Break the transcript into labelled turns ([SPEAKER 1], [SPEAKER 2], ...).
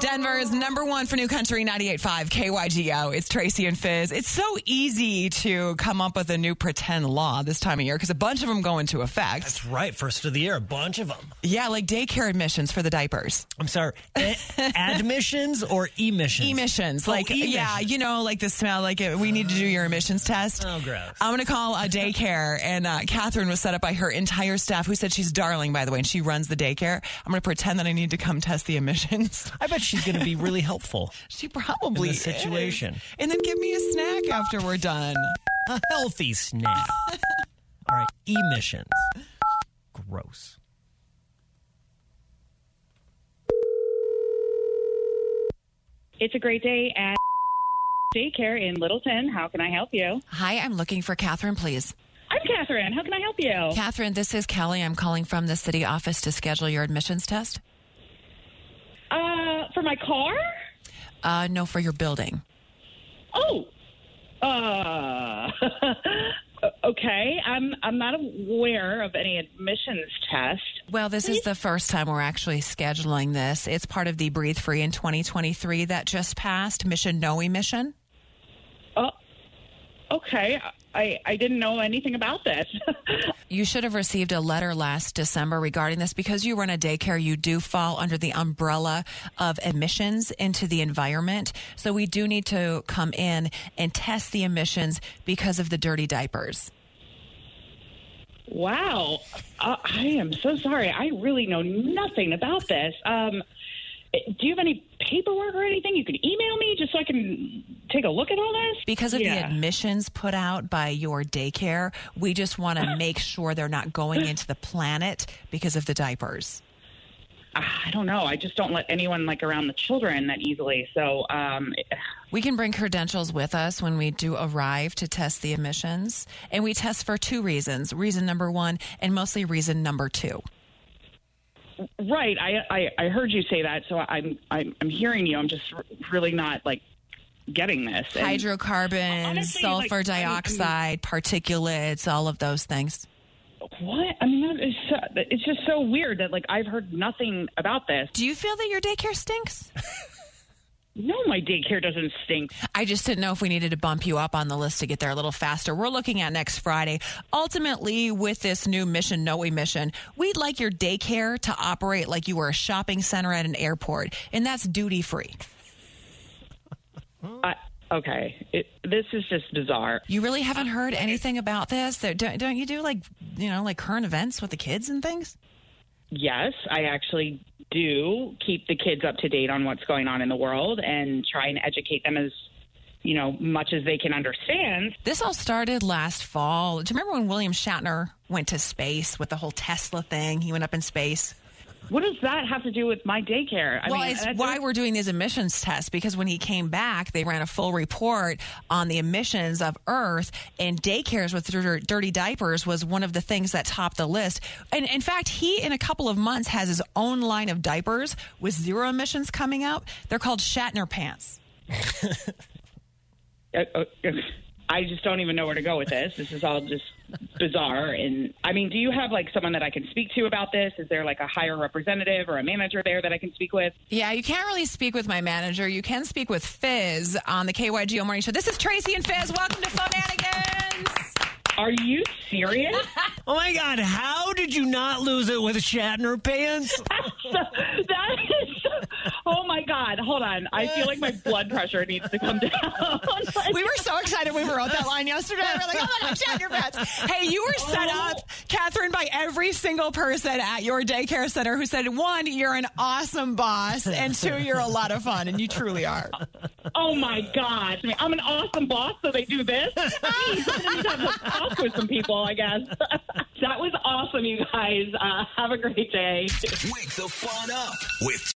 [SPEAKER 1] Denver's number one for New Country 98.5 KYGO. It's Tracy and Fizz. It's so easy to come up with a new pretend law this time of year because a bunch of them go into effect.
[SPEAKER 2] That's right. First of the year, a bunch of them.
[SPEAKER 1] yeah, like daycare admissions for the diapers.
[SPEAKER 2] I'm sorry. E- admissions or emissions?
[SPEAKER 1] Emissions.
[SPEAKER 2] Oh,
[SPEAKER 1] Like, yeah,
[SPEAKER 2] emissions.
[SPEAKER 1] you know, like the smell, like it, we need to do your emissions test.
[SPEAKER 2] Oh, gross.
[SPEAKER 1] I'm going to call a daycare. And uh, Catherine was set up by her entire staff, who said she's darling, by the way, and she runs the daycare. I'm going to pretend that I need to come test the emissions.
[SPEAKER 2] I bet she's going to be really helpful.
[SPEAKER 1] She probably
[SPEAKER 2] In the situation.
[SPEAKER 1] is. And then give me a snack after we're done.
[SPEAKER 2] A healthy snack. All right, emissions. Gross.
[SPEAKER 3] It's a great day at daycare in Littleton. How can I help you?
[SPEAKER 1] Hi, I'm looking for Catherine, please.
[SPEAKER 3] I'm Catherine. How can I help you?
[SPEAKER 1] Catherine, this is Kelly. I'm calling from the city office to schedule your admissions test.
[SPEAKER 3] Uh, for my car?
[SPEAKER 1] Uh, no, for your building.
[SPEAKER 3] Oh. Uh. okay. I'm I'm not aware of any admissions test.
[SPEAKER 1] Well, this is the first time we're actually scheduling this. It's part of the Breathe Free in 2023 that just passed, Mission No Emission.
[SPEAKER 3] Oh, Okay. I I didn't know anything about this.
[SPEAKER 1] You should have received a letter last December regarding this because you run a daycare. You do fall under the umbrella of emissions into the environment. So we do need to come in and test the emissions because of the dirty diapers.
[SPEAKER 3] wow. Uh, I am so sorry. I really know nothing about this. Um do you have any paperwork or anything you can email me just so I can take a look at all this?
[SPEAKER 1] Because of
[SPEAKER 3] Yeah.
[SPEAKER 1] the admissions put out by your daycare, we just want to make sure they're not going into the planet because of the diapers.
[SPEAKER 3] Ah, I don't know. I just don't let anyone like around the children that easily. So, um,
[SPEAKER 1] We can bring credentials with us when we do arrive to test the emissions. And we test for two reasons reason number one, and mostly reason number two.
[SPEAKER 3] right. I, I, I heard you say that. So I'm, I'm, I'm hearing you. I'm just r- really not like getting this. And
[SPEAKER 1] hydrocarbons,
[SPEAKER 3] Honestly, like,
[SPEAKER 1] sulfur
[SPEAKER 3] I mean- mm.
[SPEAKER 1] dioxide, particulates, all of those things.
[SPEAKER 3] What? I mean, that is so, it's just so weird that like I've heard nothing about this.
[SPEAKER 1] Do you feel that your daycare stinks?
[SPEAKER 3] No, my daycare doesn't stink.
[SPEAKER 1] I just didn't know if we needed to bump you up on the list to get there a little faster. We're looking at next Friday. Ultimately, with this new mission, no emission, we'd like your daycare to operate like you were a shopping center at an airport, and that's duty free.
[SPEAKER 3] I, okay, it, this is just bizarre.
[SPEAKER 1] You really haven't heard anything about this? There- Don't, don't you do like, you know, like current events with the kids and things?
[SPEAKER 3] Yes, I actually do keep the kids up to date on what's going on in the world and try and educate them as you know much as they can understand.
[SPEAKER 1] This all started last fall. Do you remember when William Shatner went to space with the whole Tesla thing? He went up in space.
[SPEAKER 3] What does that have to do with my daycare? I
[SPEAKER 1] well,
[SPEAKER 3] mean,
[SPEAKER 1] it's
[SPEAKER 3] that's-
[SPEAKER 1] why we're doing these emissions tests because when he came back, they ran a full report on the emissions of Earth and daycares with dir- dirty diapers was one of the things that topped the list. And in fact, he in a couple of months has his own line of diapers with zero emissions coming out. They're called Shatner pants.
[SPEAKER 3] uh, uh, I just don't even know where to go with this. This is all just bizarre. And I mean, do you have like someone that I can speak to about this? Is there like a higher representative or a manager there that I can speak with?
[SPEAKER 1] Yeah, you can't really speak with my manager. You can speak with Fizz on the KYGO Morning Show. This is Tracy and Fizz. Welcome to Funanigans.
[SPEAKER 3] Are you serious?
[SPEAKER 2] Oh my God, how did you not lose it with Shatner pants?
[SPEAKER 3] that is. Oh my God! Hold on. I feel like my blood pressure needs to come down. Like-
[SPEAKER 1] We were so excited when we wrote that line yesterday. We were like, oh my God, Chad, your pets. Hey, you were set up, Catherine, by every single person at your daycare center who said, one, you're an awesome boss, and two, you're a lot of fun, and you truly are.
[SPEAKER 3] Oh my gosh. I mean, I'm an awesome boss, so they do this. Jeez, I need to have a talk with some people, I guess. that was awesome, you guys. Uh, have a great day.
[SPEAKER 4] Wake the fun up with